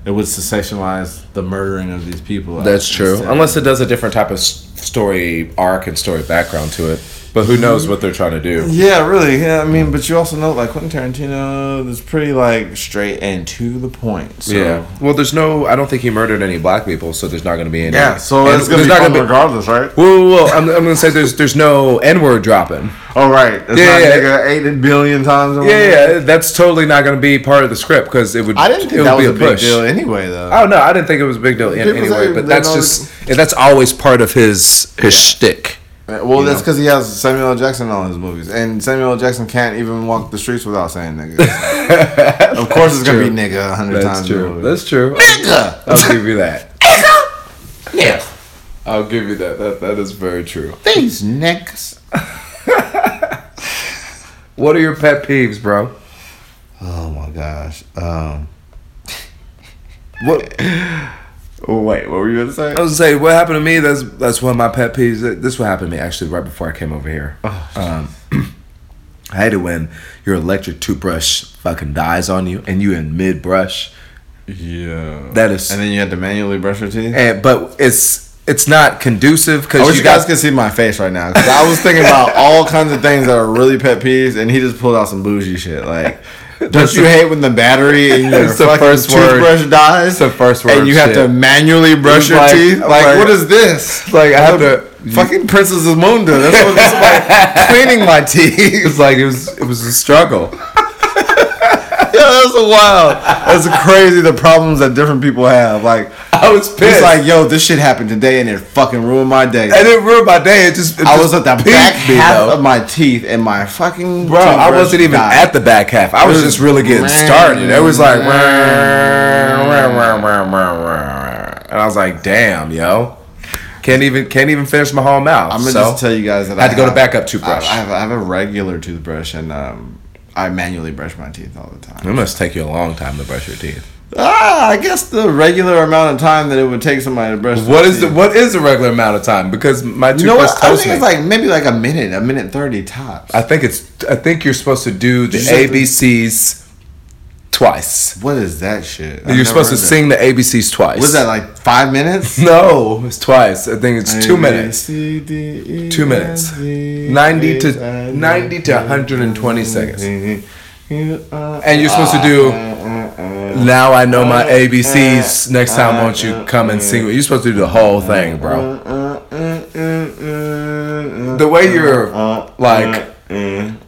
Speaker 3: It would sensationalize the murdering of these people.
Speaker 2: That's true.
Speaker 3: Instead-
Speaker 2: Unless it does a different type of s- story arc and story background to it. But who knows what they're trying to do?
Speaker 3: Yeah, really. Yeah, I mean, but you also know like Quentin Tarantino is pretty like straight and to the point. So.
Speaker 2: Yeah. Well, there's no. I don't think he murdered any black people, so there's not going to be any.
Speaker 3: Yeah, so
Speaker 2: and
Speaker 3: it's gonna
Speaker 2: there's
Speaker 3: be
Speaker 2: not
Speaker 3: fun
Speaker 2: gonna be-
Speaker 3: regardless, right?
Speaker 2: Whoa, whoa, whoa. I'm, I'm going to say there's there's no N word dropping.
Speaker 3: All right, it's
Speaker 2: Yeah,
Speaker 3: not
Speaker 2: yeah.
Speaker 3: nigga eight billion times. Or
Speaker 2: Yeah,
Speaker 3: whatever.
Speaker 2: yeah. That's totally not going to be part of the script because it would.
Speaker 3: I didn't
Speaker 2: it
Speaker 3: think
Speaker 2: would
Speaker 3: that was
Speaker 2: be
Speaker 3: a big deal anyway, though.
Speaker 2: Oh no, I didn't think it was a big deal in,
Speaker 3: People
Speaker 2: anyway.
Speaker 3: say
Speaker 2: But
Speaker 3: they
Speaker 2: that's
Speaker 3: know-
Speaker 2: just that's always part of his his shtick.
Speaker 3: well, that's because he has Samuel L. Jackson in all his movies, and Samuel L. Jackson can't even walk the streets without saying nigga. of course, it's gonna
Speaker 2: true.
Speaker 3: be nigga a hundred
Speaker 2: That's
Speaker 3: times. in the
Speaker 2: true.
Speaker 3: movie.
Speaker 2: That's true.
Speaker 3: Nigga!
Speaker 2: I'll give you that.
Speaker 3: yeah,
Speaker 2: I'll give you that. That that is very true.
Speaker 3: these niggas.
Speaker 2: What are your pet peeves, bro?
Speaker 3: Oh my gosh. Um, what? Wait, what were you gonna say?
Speaker 2: I was gonna say what happened to me. That's that's one of my pet peeves. Th- This what happened to me actually right before I came over here. um, I hated when your electric toothbrush fucking dies on you and you in mid brush.
Speaker 3: Yeah.
Speaker 2: That is,
Speaker 3: And then you had to manually brush your teeth.
Speaker 2: and, but it's it's not conducive
Speaker 3: I
Speaker 2: because
Speaker 3: wish
Speaker 2: you
Speaker 3: you guys
Speaker 2: got
Speaker 3: could see my face right now. 'cause I was thinking about all kinds of things that are really pet peeves, and he just pulled out some bougie shit. Like, don't
Speaker 2: That's
Speaker 3: you
Speaker 2: the-
Speaker 3: hate when the battery in your
Speaker 2: That's the
Speaker 3: fucking
Speaker 2: first word.
Speaker 3: toothbrush dies?
Speaker 2: the first word
Speaker 3: and you have
Speaker 2: shit.
Speaker 3: to manually brush your
Speaker 2: like-
Speaker 3: teeth. Like,
Speaker 2: like-
Speaker 3: what is this?
Speaker 2: like I have to.
Speaker 3: Fucking Princess Zamunda. That's what it's like cleaning my teeth.
Speaker 2: It's like it was it was a struggle.
Speaker 3: Yeah, that's wild. That's crazy. The problems that different people have. Like,
Speaker 2: I was
Speaker 3: it's
Speaker 2: pissed.
Speaker 3: like, yo, this shit happened today, and it fucking ruined my day.
Speaker 2: I didn't ruin my day. It just it
Speaker 3: I
Speaker 2: just
Speaker 3: was at the
Speaker 2: peeved
Speaker 3: back
Speaker 2: me,
Speaker 3: half
Speaker 2: though.
Speaker 3: of my teeth and my fucking.
Speaker 2: Bro, I
Speaker 3: toothbrush
Speaker 2: wasn't even
Speaker 3: died.
Speaker 2: at the back half. I was
Speaker 3: Dude.
Speaker 2: just really getting started. It was like, "Rah, rah, rah, rah, rah, rah." and I was like, damn, yo, can't even can't even finish my whole mouth.
Speaker 3: I'm gonna
Speaker 2: so,
Speaker 3: just tell you guys that
Speaker 2: I had to go to
Speaker 3: have-
Speaker 2: backup toothbrush.
Speaker 3: I I have, I have a regular toothbrush and um, I manually brush my teeth all the time.
Speaker 2: it must take you a long time to brush your teeth.
Speaker 3: Ah, I guess the regular amount of time that it would take somebody to brush.
Speaker 2: What is the
Speaker 3: the?
Speaker 2: what is the regular amount of time? Because my
Speaker 3: You know
Speaker 2: toothbrush
Speaker 3: what? I
Speaker 2: tells
Speaker 3: think
Speaker 2: me.
Speaker 3: it's like maybe like a minute, a minute thirty tops.
Speaker 2: I think it's I think you're supposed to do the
Speaker 3: You said the-
Speaker 2: ABCs twice.
Speaker 3: what is that shit? I've
Speaker 2: You're
Speaker 3: never
Speaker 2: supposed to
Speaker 3: heard that.
Speaker 2: sing the ABCs twice.
Speaker 3: What is that like five minutes?
Speaker 2: No, it's twice. I think it's two
Speaker 3: A, B,
Speaker 2: minutes.
Speaker 3: C, D, E,
Speaker 2: Two minutes.
Speaker 3: F, G,
Speaker 2: 90 to-
Speaker 3: H, I, J,
Speaker 2: 90 to
Speaker 3: K,
Speaker 2: 120
Speaker 3: L,
Speaker 2: seconds.
Speaker 3: M, N, O,
Speaker 2: And you're supposed to do,
Speaker 3: Ah.
Speaker 2: Now I know my ABCs. Next time,
Speaker 3: uh,
Speaker 2: won't you come and sing? You're supposed to do the whole thing, bro. The way you're like
Speaker 3: Get all in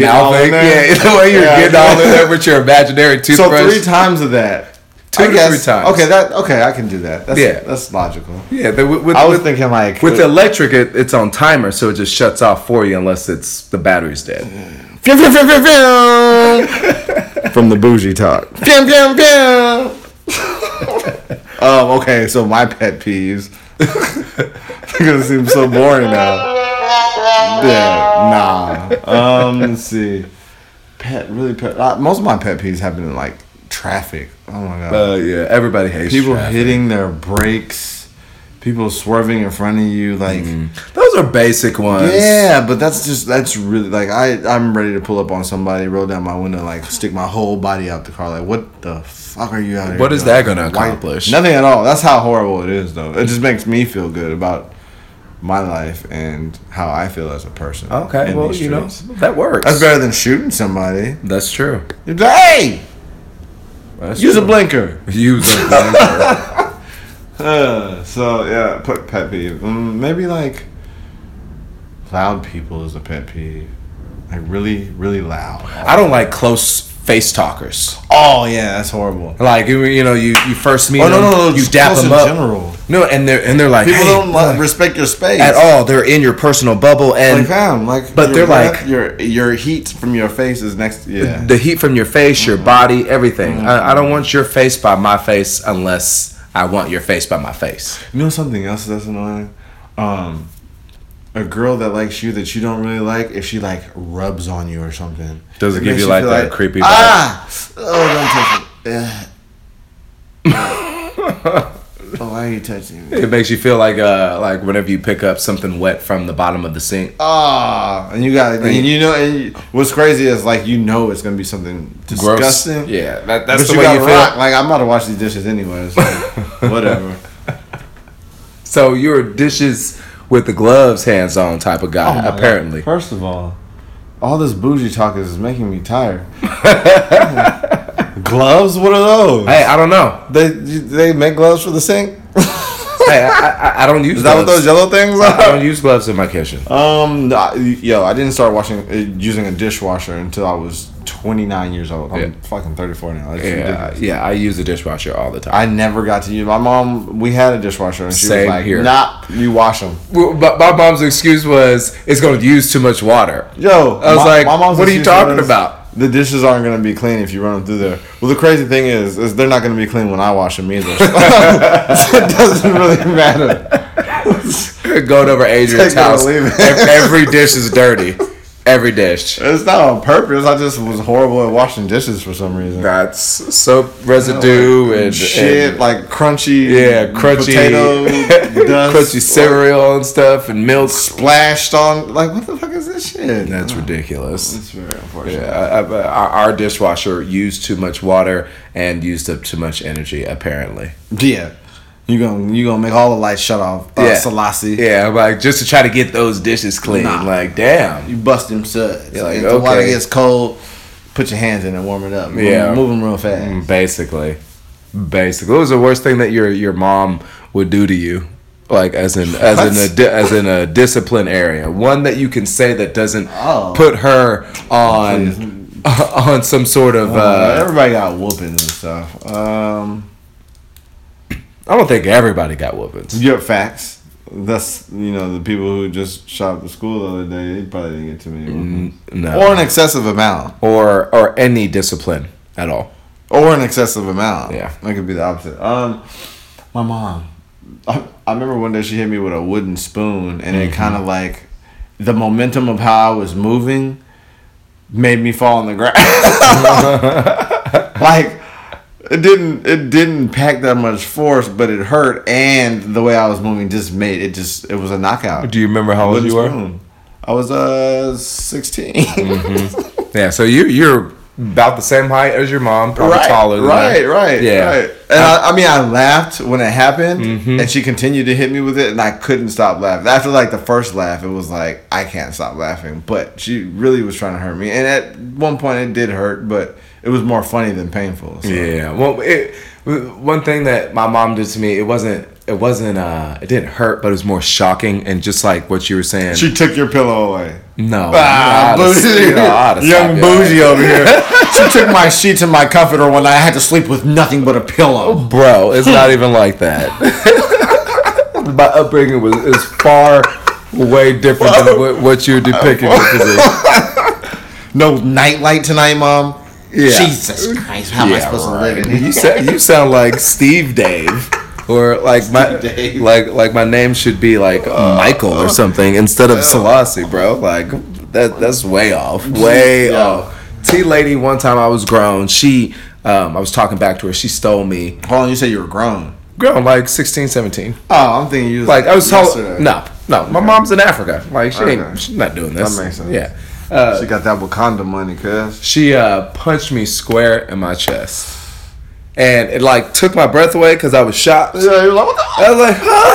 Speaker 2: mouthing,
Speaker 3: there?
Speaker 2: yeah, the way you're
Speaker 3: Yeah.
Speaker 2: getting all in there with your imaginary
Speaker 3: So
Speaker 2: toothbrush.
Speaker 3: three times of that.
Speaker 2: Two
Speaker 3: I
Speaker 2: to
Speaker 3: guess-
Speaker 2: three times.
Speaker 3: Okay, that okay, I can do that. That's,
Speaker 2: Yeah.
Speaker 3: yeah, that's logical.
Speaker 2: yeah, the, with, with,
Speaker 3: I was
Speaker 2: with-
Speaker 3: thinking like
Speaker 2: with the electric, it, it's on timer, so it just shuts off for you unless it's the battery's dead.
Speaker 3: Pew, pew, pew, pew, pew. from the bougie talk. Pew, pew, pew. um, okay, so my pet peeves. They're gonna seem so boring now. Yeah, nah. Um, let's see. Pet, really pet. Uh, most of my pet peeves happen in like traffic. Oh my god.
Speaker 2: Uh, yeah, everybody hates
Speaker 3: people
Speaker 2: traffic.
Speaker 3: hitting their brakes. People swerving in front of you, like.
Speaker 2: Mm. Those are basic ones.
Speaker 3: Yeah, but that's just that's really like I I'm ready to pull up on somebody, roll down my window, like stick my whole body out the car. Like what the fuck are you out here?
Speaker 2: What is
Speaker 3: doing?
Speaker 2: that gonna
Speaker 3: Why-
Speaker 2: accomplish?
Speaker 3: Nothing at all. That's how horrible it is, though. It just makes me feel good about my life and how I feel as a person.
Speaker 2: Okay,
Speaker 3: in
Speaker 2: well
Speaker 3: these
Speaker 2: you know
Speaker 3: streets.
Speaker 2: that works.
Speaker 3: that's better than shooting somebody.
Speaker 2: That's true.
Speaker 3: You're like, hey,
Speaker 2: That's
Speaker 3: use a
Speaker 2: true.
Speaker 3: blinker.
Speaker 2: Use a blinker.
Speaker 3: Uh, so yeah, put pet peeve. Mm, maybe like loud people is a pet peeve. Like really, really loud.
Speaker 2: I don't like close face talkers.
Speaker 3: Oh yeah, that's horrible.
Speaker 2: Like you, you know, you, you first meet
Speaker 3: Oh
Speaker 2: them,
Speaker 3: no, no, no!
Speaker 2: you
Speaker 3: just
Speaker 2: dap
Speaker 3: close
Speaker 2: them
Speaker 3: in
Speaker 2: up.
Speaker 3: General,
Speaker 2: No, and they're and they're like
Speaker 3: people
Speaker 2: "Hey,"
Speaker 3: don't like, respect your space
Speaker 2: at all. They're in your personal bubble, and
Speaker 3: Like, fam, like,
Speaker 2: But
Speaker 3: your
Speaker 2: they're like-
Speaker 3: breath- your your heat from your face is next. Yeah,
Speaker 2: the heat from your face, your body, everything. I, I don't want your face by my face unless I want your face by my face.
Speaker 3: You know something else that's annoying? Um, a girl that likes you that you don't really like, if she like rubs on you or something,
Speaker 2: Does it give
Speaker 3: makes
Speaker 2: you, like,
Speaker 3: feel
Speaker 2: that creepy vibe?
Speaker 3: Ah, oh, don't touch me. Ugh. oh, why are you touching me?
Speaker 2: It makes you feel like uh like whenever you pick up something wet from the bottom of the sink.
Speaker 3: Ah, and you got, and you know, and you, what's crazy is like you know it's gonna be something
Speaker 2: Gross.
Speaker 3: disgusting.
Speaker 2: Yeah, that, that's
Speaker 3: but
Speaker 2: the
Speaker 3: you
Speaker 2: way
Speaker 3: got
Speaker 2: you
Speaker 3: to
Speaker 2: feel.
Speaker 3: rock. Like I'm about to wash these dishes anyway, so whatever.
Speaker 2: So you're dishes with the gloves hands on type of
Speaker 3: Oh my
Speaker 2: guy,
Speaker 3: God.
Speaker 2: apparently.
Speaker 3: First of all, all this bougie talk is making me tired. gloves? What are those?
Speaker 2: Hey, I don't know.
Speaker 3: They they make gloves for the sink?
Speaker 2: hey, I, I, I don't use
Speaker 3: Is that what
Speaker 2: gloves.
Speaker 3: those yellow things
Speaker 2: I
Speaker 3: are?
Speaker 2: don't use gloves in my kitchen.
Speaker 3: Um, no, I- yo, I didn't start washing uh, using a dishwasher until I was 29 years old. I'm
Speaker 2: Yeah.
Speaker 3: fucking 34 now. That's
Speaker 2: Yeah,
Speaker 3: ridiculous.
Speaker 2: yeah, I use a dishwasher all the time.
Speaker 3: I never got to use my mom. We had a dishwasher, and she was
Speaker 2: Same
Speaker 3: like,
Speaker 2: here.
Speaker 3: "Nah, you wash them."
Speaker 2: Well, but my mom's excuse was it's going to use too much water.
Speaker 3: Yo,
Speaker 2: I was like, "What are you
Speaker 3: excuse
Speaker 2: talking
Speaker 3: was,
Speaker 2: about?"
Speaker 3: The dishes aren't gonna be clean if you run them through there. Well, the crazy thing is, is they're not gonna be clean when I wash them either. so it doesn't really matter.
Speaker 2: Going over Adrian's
Speaker 3: Take it or
Speaker 2: house,
Speaker 3: leave
Speaker 2: ev-
Speaker 3: it.
Speaker 2: every dish is dirty. Every dish.
Speaker 3: It's not on purpose. I just was horrible at washing dishes for some reason.
Speaker 2: That's soap residue and
Speaker 3: Oh Shit,
Speaker 2: and
Speaker 3: like crunchy,
Speaker 2: yeah, crunchy
Speaker 3: potato dust,
Speaker 2: crunchy cereal and stuff, and milk.
Speaker 3: splashed on. Like, what the fuck is this shit?
Speaker 2: That's ridiculous.
Speaker 3: It's very unfortunate.
Speaker 2: Yeah, I- I- I- our our dishwasher used too much water and used up too much energy. Apparently,
Speaker 3: Yeah, you gonna you gonna make all the lights shut off. Uh,
Speaker 2: Yeah.
Speaker 3: Selassie,
Speaker 2: yeah. I'm Like just to try to get those dishes clean.
Speaker 3: Nah.
Speaker 2: Like damn.
Speaker 3: you bust them suds.
Speaker 2: You're like,
Speaker 3: if the water
Speaker 2: okay.
Speaker 3: gets cold, put your hands in and warm it up. Move,
Speaker 2: Yeah.
Speaker 3: move them real fast.
Speaker 2: Mm, Basically, basically, what was the worst thing that your your mom would do to you? Like as in as in a di- as in a discipline area, one that you can say that doesn't
Speaker 3: Oh.
Speaker 2: put her on on some sort of.
Speaker 3: Uh,
Speaker 2: Uh,
Speaker 3: everybody got whoopings and stuff. Um,
Speaker 2: I don't think everybody got whoopings.
Speaker 3: your facts. That's you know the people who just shot the school the other day. They probably didn't get too
Speaker 2: Mm.
Speaker 3: many, whoopings.
Speaker 2: No,
Speaker 3: or an excessive amount,
Speaker 2: or or any discipline at all.
Speaker 3: or an excessive amount.
Speaker 2: Yeah.
Speaker 3: that could be the opposite. Um, my mom. I, I remember one day she hit me with a wooden spoon, and it
Speaker 2: Mm-hmm.
Speaker 3: kind of like the momentum of how I was moving made me fall on the ground. like it didn't it didn't pack that much force, but it hurt, and the way I was moving just made it just it was a knockout.
Speaker 2: Do you remember how old
Speaker 3: Wooden
Speaker 2: you were? Mm-hmm.
Speaker 3: spoon. I was uh 16
Speaker 2: Yeah, so you you're about the same height as your mom, probably
Speaker 3: right,
Speaker 2: taller. Than
Speaker 3: right,
Speaker 2: her.
Speaker 3: right,
Speaker 2: Yeah. Mm-hmm.
Speaker 3: right. And I, I mean, I laughed when it happened, and she continued to hit me with it, and I couldn't stop laughing. After like the first laugh, it was like I can't stop laughing. But she really was trying to hurt me, and at one point it did hurt, but it was more funny than painful. So.
Speaker 2: Yeah. Well, it, one thing that my mom did to me, it wasn't, it wasn't, uh, it didn't hurt, but it was more shocking. And just like what you were saying,
Speaker 3: She took your pillow away.
Speaker 2: no,
Speaker 3: Ah,
Speaker 2: Oh, I oughta-
Speaker 3: bougie.
Speaker 2: you know, I oughta slap
Speaker 3: young
Speaker 2: your
Speaker 3: bougie
Speaker 2: ass.
Speaker 3: over here. she took my sheets and my comforter when I had to sleep with nothing but a
Speaker 2: Oh.
Speaker 3: pillow.
Speaker 2: bro. It's not even like that. my upbringing was is far. Way different than what, what you're depicting. it to be.
Speaker 3: No nightlight tonight, mom.
Speaker 2: Yeah.
Speaker 3: Jesus Christ, how am I
Speaker 2: Yeah,
Speaker 3: supposed to
Speaker 2: right.
Speaker 3: live in here?
Speaker 2: You sound, you sound like Steve Dave, or like my
Speaker 3: Steve Dave. Uh,
Speaker 2: like like my name should be like Michael or something instead of Selassie, bro. Like that that's way off, way
Speaker 3: Yeah.
Speaker 2: off. T lady, one time I was grown. She, um, I was talking back to her. She stole me.
Speaker 3: Hold on, you said you were grown.
Speaker 2: Grown like 16, 17.
Speaker 3: Oh, I'm thinking you was
Speaker 2: Like I was told,
Speaker 3: yesterday.
Speaker 2: no, no. My mom's in Africa. Like she
Speaker 3: Okay.
Speaker 2: ain't, she's not doing this.
Speaker 3: That makes sense.
Speaker 2: Yeah. Uh,
Speaker 3: She got that Wakanda money, cuz.
Speaker 2: she uh, punched me square in my chest, and it like took my breath away because I was shocked.
Speaker 3: Yeah, you're like, what the
Speaker 2: I was like, huh?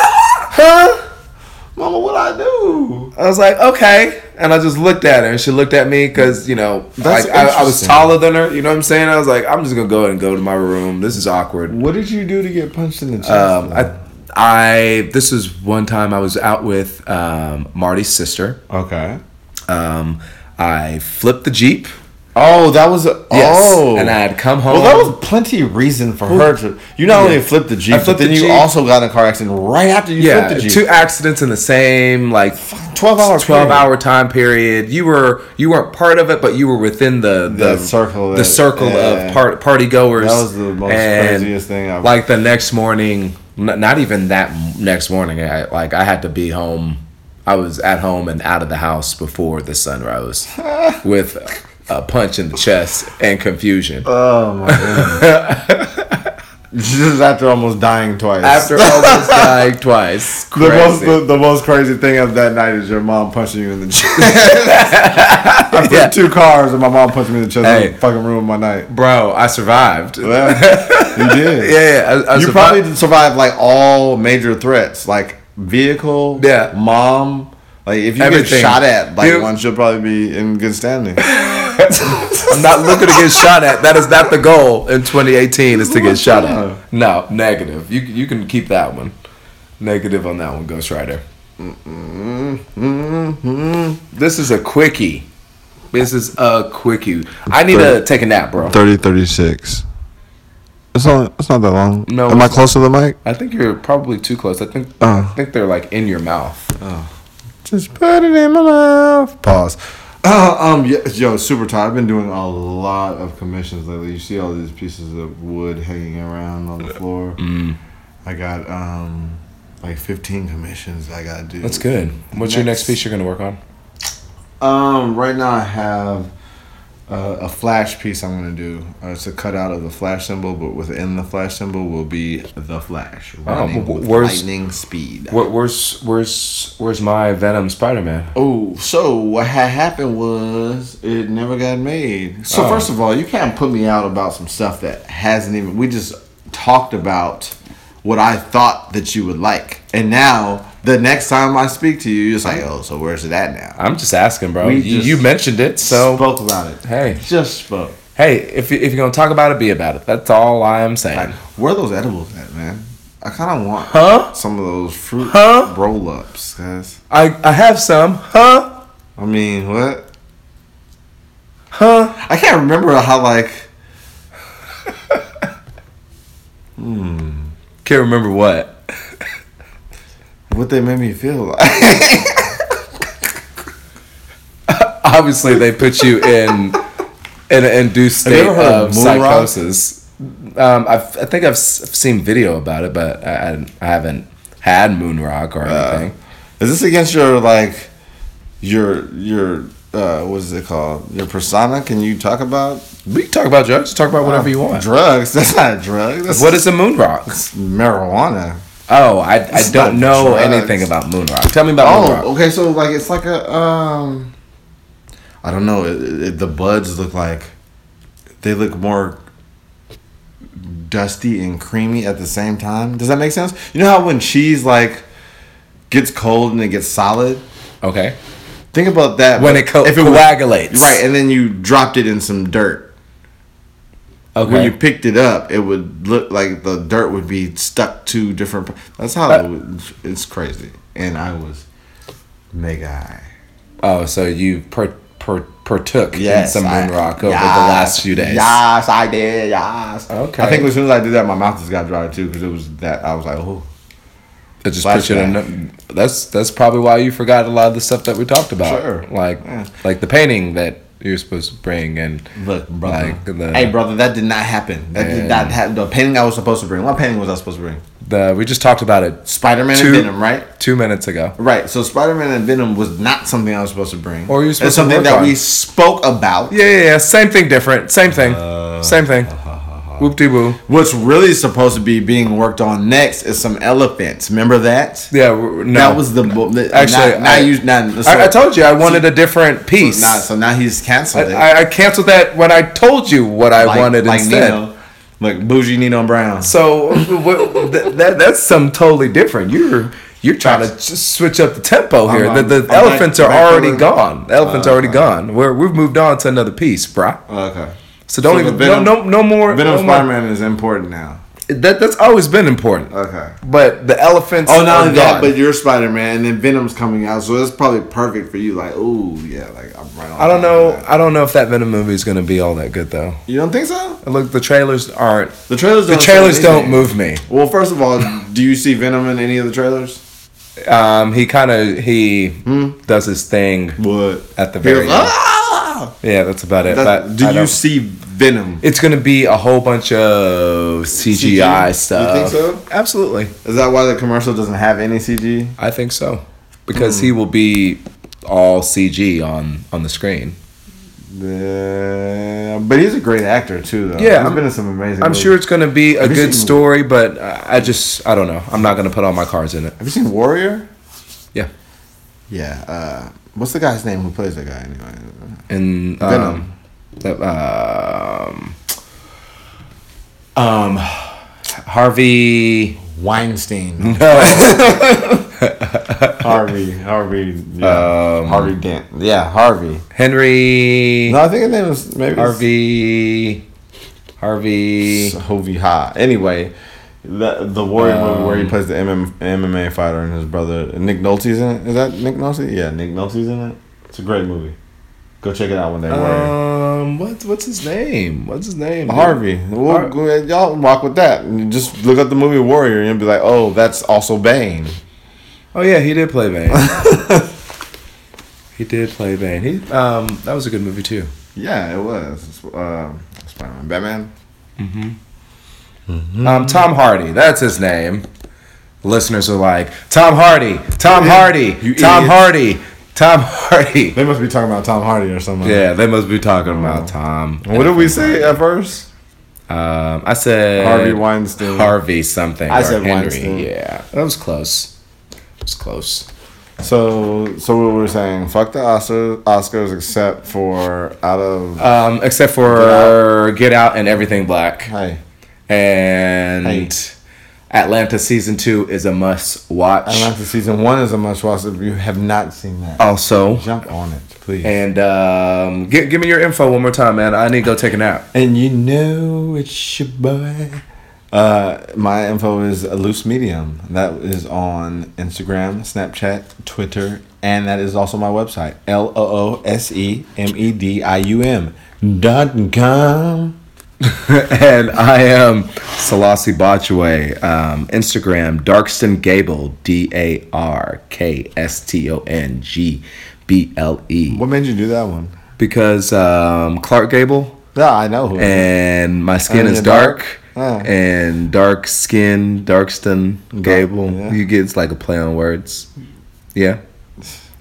Speaker 2: Huh?
Speaker 3: Mama, what I do?
Speaker 2: I was like, okay. And I just looked at her, and she looked at me because you know,
Speaker 3: That's
Speaker 2: like I, I was
Speaker 3: interesting.
Speaker 2: taller than her. You know what I'm saying? I was like, I'm just gonna go ahead and go to my room. This is awkward.
Speaker 3: What did you do to get punched in the chest?
Speaker 2: Um, I, I, this is one time I was out with um, Marty's sister.
Speaker 3: okay.
Speaker 2: Um, I flipped the jeep.
Speaker 3: Oh, that was a,
Speaker 2: Yes.
Speaker 3: oh,
Speaker 2: And I had come home.
Speaker 3: Well, that was plenty of reason for her to. You not only
Speaker 2: Yeah.
Speaker 3: flipped the jeep,
Speaker 2: I
Speaker 3: but
Speaker 2: flipped
Speaker 3: then
Speaker 2: the
Speaker 3: you
Speaker 2: Jeep.
Speaker 3: also got in a car accident right after you
Speaker 2: yeah,
Speaker 3: flipped the jeep.
Speaker 2: two accidents in the same like
Speaker 3: Twelve hours.
Speaker 2: twelve hour time period. You were you weren't part of it, but you were within the the,
Speaker 3: The circle
Speaker 2: the
Speaker 3: that-
Speaker 2: circle
Speaker 3: yeah.
Speaker 2: of part, party goers.
Speaker 3: That was the most craziest thing I've-
Speaker 2: Like the next morning, n- not even that m- next morning. I, like I had to be home. I was at home and out of the house before the sun rose, with a punch in the chest and confusion.
Speaker 3: Oh my god. Just after almost dying twice.
Speaker 2: After almost dying twice,
Speaker 3: the most
Speaker 2: Crazy.
Speaker 3: the, the most crazy thing of that night is your mom punching you in the chest. I flipped
Speaker 2: Yeah.
Speaker 3: two cars and my mom punched me in the chest.
Speaker 2: Hey.
Speaker 3: And fucking ruined my night.
Speaker 2: bro, I survived. Yeah,
Speaker 3: Well, you did.
Speaker 2: yeah, I, I
Speaker 3: you
Speaker 2: survived.
Speaker 3: probably did survive like all major threats, like vehicle,
Speaker 2: Yeah.
Speaker 3: mom. Like if you get
Speaker 2: Everything.
Speaker 3: shot at like
Speaker 2: You-
Speaker 3: once, you'll probably be in good standing.
Speaker 2: I'm not looking to get shot at. That is not the goal in 2018 is to get shot
Speaker 3: No.
Speaker 2: at. No, negative. You you can keep that one. Negative on that one, Ghost Rider. This is a quickie. This is a quickie. I need to take a nap, bro.
Speaker 3: 30, 36. It's only, it's not that long.
Speaker 2: No,
Speaker 3: Am I
Speaker 2: it's
Speaker 3: close to the mic?
Speaker 2: I think you're probably too close. I think
Speaker 3: Uh.
Speaker 2: I think they're like in your mouth.
Speaker 3: Just put it in my mouth. Pause. Uh, um, yeah, yo, super tired. I've been doing a lot of commissions lately. You see all these pieces of wood hanging around on the floor.
Speaker 2: Mm.
Speaker 3: I got um, like fifteen commissions I gotta do.
Speaker 2: That's good. What's your next
Speaker 3: Next.
Speaker 2: piece you're gonna work on?
Speaker 3: Um, right now I have uh, a flash piece I'm gonna do. Uh, it's a cutout of the flash symbol, but within the flash symbol will be the flash running
Speaker 2: Oh, wh-
Speaker 3: with
Speaker 2: where's-
Speaker 3: lightning speed.
Speaker 2: Where, where's where's where's my Venom Spider Man?
Speaker 3: Oh, so what had happened was it never got made. So
Speaker 2: Oh.
Speaker 3: first of all, you can't put me out about some stuff that hasn't even. We just talked about what I thought that you would like, and now the next time I speak to you, you're just like, oh, so where's it at now?
Speaker 2: I'm just asking, bro.
Speaker 3: We
Speaker 2: You,
Speaker 3: just
Speaker 2: you mentioned it, so
Speaker 3: spoke about it.
Speaker 2: hey.
Speaker 3: Just spoke.
Speaker 2: Hey, if, you, if you're gonna talk about it, be about it. That's all I am saying.
Speaker 3: Where are those edibles at, man? I kind of want
Speaker 2: Huh?
Speaker 3: some of those fruit
Speaker 2: Huh?
Speaker 3: roll ups, guys.
Speaker 2: I, I have some, huh?
Speaker 3: I mean, what?
Speaker 2: Huh?
Speaker 3: I can't remember how like
Speaker 2: Can't remember what.
Speaker 3: what they made me feel like.
Speaker 2: Obviously, they put you in in an induced
Speaker 3: Have
Speaker 2: state
Speaker 3: you ever heard
Speaker 2: of
Speaker 3: of moon rock?
Speaker 2: psychosis. Um, I've, I think I've s- I've seen video about it, but I, I- I haven't had moon rock or
Speaker 3: Uh,
Speaker 2: anything.
Speaker 3: Is this against your like your your uh what is it called? Your persona? Can you talk about
Speaker 2: we can talk about drugs. Talk about whatever you want.
Speaker 3: drugs? That's not a drug. That's
Speaker 2: Oh. What is a moon rock?
Speaker 3: marijuana.
Speaker 2: Oh, I, I
Speaker 3: It's
Speaker 2: don't
Speaker 3: not
Speaker 2: know
Speaker 3: drugs.
Speaker 2: anything about moon rock. Tell me about moon rock.
Speaker 3: Oh, okay. So like it's like a um, I don't know. It, it, the buds look like they look more dusty and creamy at the same time. Does that make sense? You know how when cheese like gets cold and it gets solid.
Speaker 2: Okay.
Speaker 3: Think about that
Speaker 2: When
Speaker 3: but
Speaker 2: it co-
Speaker 3: if was-
Speaker 2: coagulates.
Speaker 3: right? And then you dropped it in some dirt.
Speaker 2: Okay.
Speaker 3: When you picked it up, it would look like the dirt would be stuck to different. That's how it would, it's crazy. And I was mega high.
Speaker 2: Oh, so you per, per, partook
Speaker 3: Yes,
Speaker 2: in some
Speaker 3: I-
Speaker 2: moon rock over
Speaker 3: yes,
Speaker 2: the last few days.
Speaker 3: Yes, I did. Yes.
Speaker 2: Okay.
Speaker 3: I think as soon as I did that, my mouth just got dry too because it was that I was like, oh,
Speaker 2: That just puts you in a- that's that's probably why you forgot a lot of the stuff that we talked about.
Speaker 3: Sure.
Speaker 2: Like
Speaker 3: Yeah.
Speaker 2: like the painting that you're supposed to bring and
Speaker 3: look, brother.
Speaker 2: Like the-
Speaker 3: hey, brother, that did not happen. That did
Speaker 2: Man.
Speaker 3: not happen. The painting I was supposed to bring. What painting was I supposed to bring?
Speaker 2: the we just talked about it
Speaker 3: Spider Man
Speaker 2: Two.
Speaker 3: and Venom, right?
Speaker 2: two minutes ago.
Speaker 3: Right. So Spider Man and Venom was not something I was supposed to bring.
Speaker 2: Or you were
Speaker 3: It's
Speaker 2: supposed to
Speaker 3: something
Speaker 2: work
Speaker 3: that
Speaker 2: on.
Speaker 3: we spoke about.
Speaker 2: Yeah, yeah, yeah. Same thing different. Same thing. Same thing. Whoop de woo.
Speaker 3: What's really supposed to be being worked on next is some elephants. Remember that?
Speaker 2: Yeah, w- no.
Speaker 3: That was the, the
Speaker 2: Actually,
Speaker 3: Now, now
Speaker 2: I-
Speaker 3: you now,
Speaker 2: I, I told you I wanted a different piece.
Speaker 3: Nah, so now he's canceled it.
Speaker 2: I, I canceled that when I told you what I
Speaker 3: Like-
Speaker 2: wanted
Speaker 3: like
Speaker 2: instead.
Speaker 3: Nino. Like bougie Nino Brown.
Speaker 2: So what, th- that that's some totally different. You're you're trying to just switch up the tempo here.
Speaker 3: I'm-
Speaker 2: the the
Speaker 3: I'm back-
Speaker 2: elephants are
Speaker 3: back Uh,
Speaker 2: already
Speaker 3: over.
Speaker 2: gone. The elephants are already gone. We're we've moved on to another piece, bruh.
Speaker 3: Okay. Oh
Speaker 2: So don't
Speaker 3: So the
Speaker 2: even
Speaker 3: Venom-
Speaker 2: no no no more.
Speaker 3: Venom
Speaker 2: no more.
Speaker 3: Spider Man is important now.
Speaker 2: that that's always been important.
Speaker 3: Okay.
Speaker 2: But the elephants.
Speaker 3: Uh, Oh, not
Speaker 2: are
Speaker 3: only that,
Speaker 2: gone.
Speaker 3: but you're Spider Man, and then Venom's coming out, so it's probably perfect for you. Like, ooh, yeah, like I'm right on.
Speaker 2: I don't know.
Speaker 3: that.
Speaker 2: I don't know if that Venom movie is going to be all that good though.
Speaker 3: You don't think so?
Speaker 2: Look, the trailers aren't.
Speaker 3: The trailers.
Speaker 2: The
Speaker 3: Don't say
Speaker 2: trailers don't
Speaker 3: anything.
Speaker 2: move me.
Speaker 3: Well, first of all, do you see Venom in any of the trailers?
Speaker 2: Um, he kind of he does his thing
Speaker 3: Hmm? What?
Speaker 2: at the very end.
Speaker 3: Ah!
Speaker 2: Yeah, that's about it.
Speaker 3: That-
Speaker 2: but
Speaker 3: do
Speaker 2: I
Speaker 3: you
Speaker 2: don't-
Speaker 3: see Venom?
Speaker 2: It's gonna be a whole bunch of CGI
Speaker 3: CGI? You
Speaker 2: stuff.
Speaker 3: think so?
Speaker 2: Absolutely,
Speaker 3: Is that why the commercial doesn't have any CG?
Speaker 2: I think so. Because
Speaker 3: Hmm.
Speaker 2: he will be all CG on on the screen.
Speaker 3: Yeah, but he's a great actor too, though.
Speaker 2: Yeah,
Speaker 3: he's
Speaker 2: I'm-
Speaker 3: been in some amazing.
Speaker 2: I'm
Speaker 3: movies.
Speaker 2: sure it's gonna be a
Speaker 3: you
Speaker 2: good
Speaker 3: seen-
Speaker 2: story, but I I just I don't know. I'm not gonna put all my cards in it.
Speaker 3: Have you seen Warrior?
Speaker 2: Yeah,
Speaker 3: Yeah. Uh, what's the guy's name who plays that guy anyway?
Speaker 2: and um,
Speaker 3: Venom.
Speaker 2: that, um, um, Harvey.
Speaker 3: Weinstein.
Speaker 2: No,
Speaker 3: Harvey. Harvey. Yeah.
Speaker 2: Um,
Speaker 3: Harvey Dent. Yeah, Harvey.
Speaker 2: Henry.
Speaker 3: No, I think his name is maybe it's-
Speaker 2: Harvey. Harvey.
Speaker 3: Hovey Ha. Anyway, the the Warrior movie where he plays the MM, MMA fighter and his brother Nick Nolte's in it. Is that Nick Nolte? Yeah, Nick Nolte's in it. It's a great movie. Go check it out one day. Warrior.
Speaker 2: Um, what what's his name? What's his name?
Speaker 3: Harvey, Well,
Speaker 2: Har-
Speaker 3: go ahead, y'all rock with that. And Just look up the movie Warrior and you'll be like, oh, that's also Bane.
Speaker 2: Oh yeah, he did play Bane. he did play Bane. He um, that was a good movie too.
Speaker 3: Yeah, it was. Um, Spider Man, Batman. Hmm.
Speaker 2: Um, Tom Hardy. That's his name. Listeners are like Tom Hardy, Tom Hardy,
Speaker 3: You
Speaker 2: Tom
Speaker 3: idiots.
Speaker 2: Hardy, Tom Hardy.
Speaker 3: They must be talking about Tom Hardy or something.
Speaker 2: Yeah, they must be talking about Tom.
Speaker 3: Oh. What did we say at first?
Speaker 2: Um, I said
Speaker 3: Harvey Weinstein.
Speaker 2: Harvey something.
Speaker 3: I
Speaker 2: or
Speaker 3: said
Speaker 2: Henry.
Speaker 3: Weinstein.
Speaker 2: Yeah, that was close. It was close.
Speaker 3: So, so what we were saying? Fuck the Oscar, Oscars, except for out of
Speaker 2: Um, except for Get Out and Everything Black.
Speaker 3: hey,
Speaker 2: And
Speaker 3: Hey.
Speaker 2: Atlanta season two is a must watch.
Speaker 3: Atlanta season one is a must watch. If you have not seen that,
Speaker 2: Oh. Also,
Speaker 3: jump on it, please. And,
Speaker 2: and um, gi- give me your info one more time, man. I need to go take a nap.
Speaker 3: you know it's your boy. Uh, my info is a loose medium. That is on Instagram, Snapchat, Twitter, and that is also my website. L O O S E M E D I U M dot com.
Speaker 2: and I am Selassie Botchway. Um, Instagram, Darkston Gable, D A R K S T O N G B L E.
Speaker 3: What made you do that one?
Speaker 2: Because um, Clark Gable.
Speaker 3: Yeah, I know who.
Speaker 2: and my skin
Speaker 3: Oh,
Speaker 2: is
Speaker 3: you're
Speaker 2: dark,
Speaker 3: dark? Oh.
Speaker 2: and dark skin, darkston, gable.
Speaker 3: yeah.
Speaker 2: You get it's like a play on words. Yeah.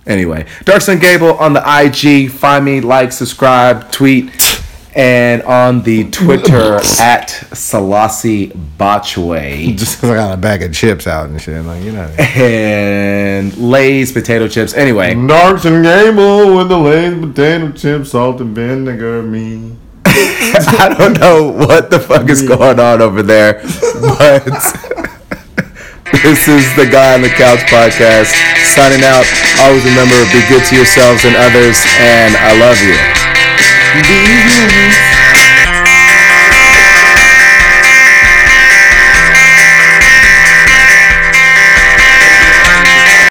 Speaker 2: Anyway, Darkston Gable on the IG. Find me, like, subscribe, tweet, and on the Twitter at Selassie Botchway.
Speaker 3: Just 'cause I got a bag of chips out and shit, like you know.
Speaker 2: And Lay's potato chips. Anyway,
Speaker 3: Darks and Gable with the Lay's potato chips, salt and vinegar, me.
Speaker 2: I don't know what the fuck is going on over there, but. This is the Guy on the Couch podcast signing out. Always remember, be good to yourselves and others, and I love you.
Speaker 3: These